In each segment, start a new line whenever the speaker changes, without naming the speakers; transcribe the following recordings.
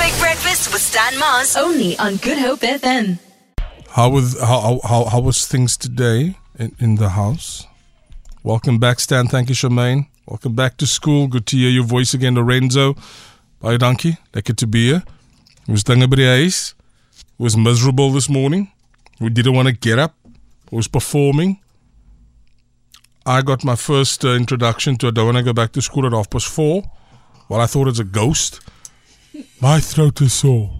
Breakfast with Stan Mars.
Only on Good Hope FM.
How was how how, how was things today in, in the house? Welcome back, Stan. Thank you, Charmaine. Welcome back to school. Good to hear your voice again, Lorenzo. Bye, dankie. Lekker to be here. It was dinge by die huis. It was miserable this morning. We didn't want to get up. It was performing. I got my first uh, introduction to I don't want to go back to school at half past four. Well, I thought it's a ghost. My throat is sore.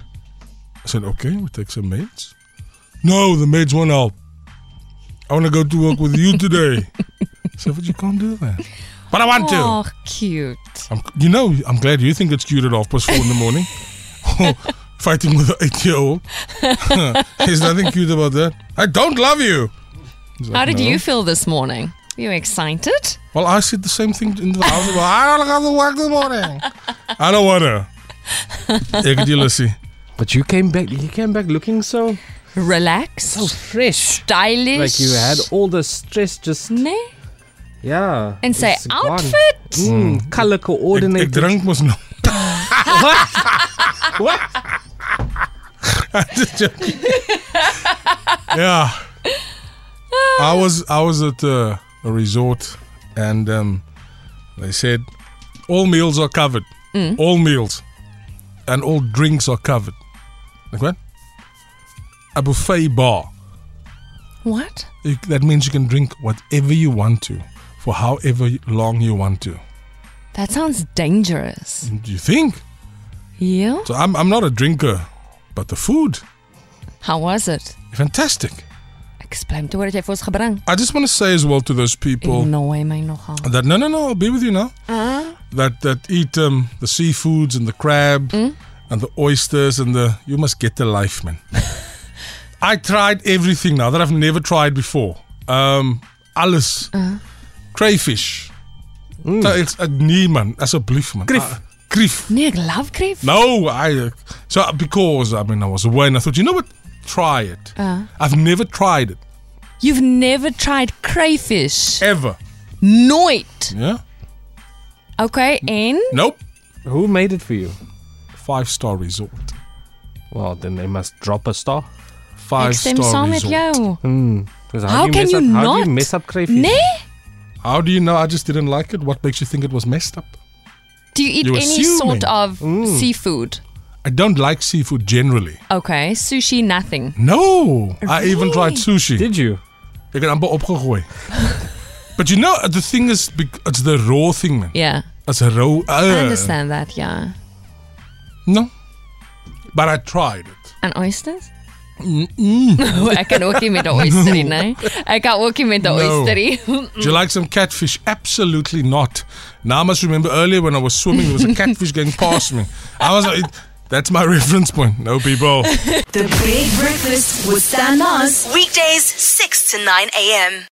I said, okay, we take some meds. No, the meds won't help. I want to go to work with you today. I said, but you can't do that. But I want to.
Oh, cute.
I'm, you know, I'm glad you think it's cute at half past four in the morning. Fighting with an eight year old. There's nothing cute about that. I don't love you. He's like,
How did
"No."
you feel this morning? Were you excited?
Well, I said the same thing in the house. Well, I don't go to work in the morning. I don't want to. Ek het julle sien.
But you came back. You came back looking so
Relaxed?
so fresh.
stylish?
Like you had all the stress just
Nee?
yeah.
And say,
it's gone.
outfit?
Mm,
Hmm. Ek,
color
ek
coordinated.
drink mos nou.
what? what?
I'm just joking. yeah. I was I was at a, a resort and um, they said all meals are covered. All meals. And all drinks are covered. Like what? A buffet bar.
What?
You, that means you can drink whatever you want to for however long you want to.
That sounds dangerous.
Do you think?
Yeah?
So I'm, I'm not a drinker, but the food,
How was it?
fantastic.
Explain to what it was gebring.
I just want to say as well to those people
No way, my nogal.
that no, no, no, I'll be with you now. That that eat um, the seafoods and the crab and the oysters and the you must get the life, man. I tried everything now that I've never tried before. Um, alles, crayfish. So it's a nee, man. Alsjeblieft, man. Grief. Uh, grief.
Nee, ek love kreef.
No, I. Uh, so because I mean I was away and I thought you know what, try it.
Uh.
I've never tried it
You've never tried crayfish.
ever.
Nooit.
Yeah.
Okay, en
Nope.
Who made it for you?
Five star resort.
Well, then they must drop a star.
Five
ek stem
star
saam met
resort.
jou.
'Cause
How
do
can
mess
you
up, How do
not?
you mess up crayfish?
Nee?
How do you know I just didn't like it? What makes you think it was messed up?
Do you eat
You're
any
assuming.
sort of
Mm.
seafood?
I don't like seafood generally.
Okay, sushi, nothing.
No, I even tried sushi.
Did you?
Ek het amper opgegooi. But you know uh, the thing is bec- it's the raw thing man.
Yeah,
It's a raw.
I
Uh,
understand that. Yeah,
no. But I tried it.
and oysters. Mm-mm. ek kan ook nie met 'n oyster nie, nee. Ek kan ook nie met
No.
'n oyster nie.
Do you like some catfish? Absolutely not. Now I must remember earlier when I was swimming there was a catfish going past me. I was like that's my reference point. No people.
The Big Breakfast with Stan Mars.
Weekdays, 6 to 9 a.m.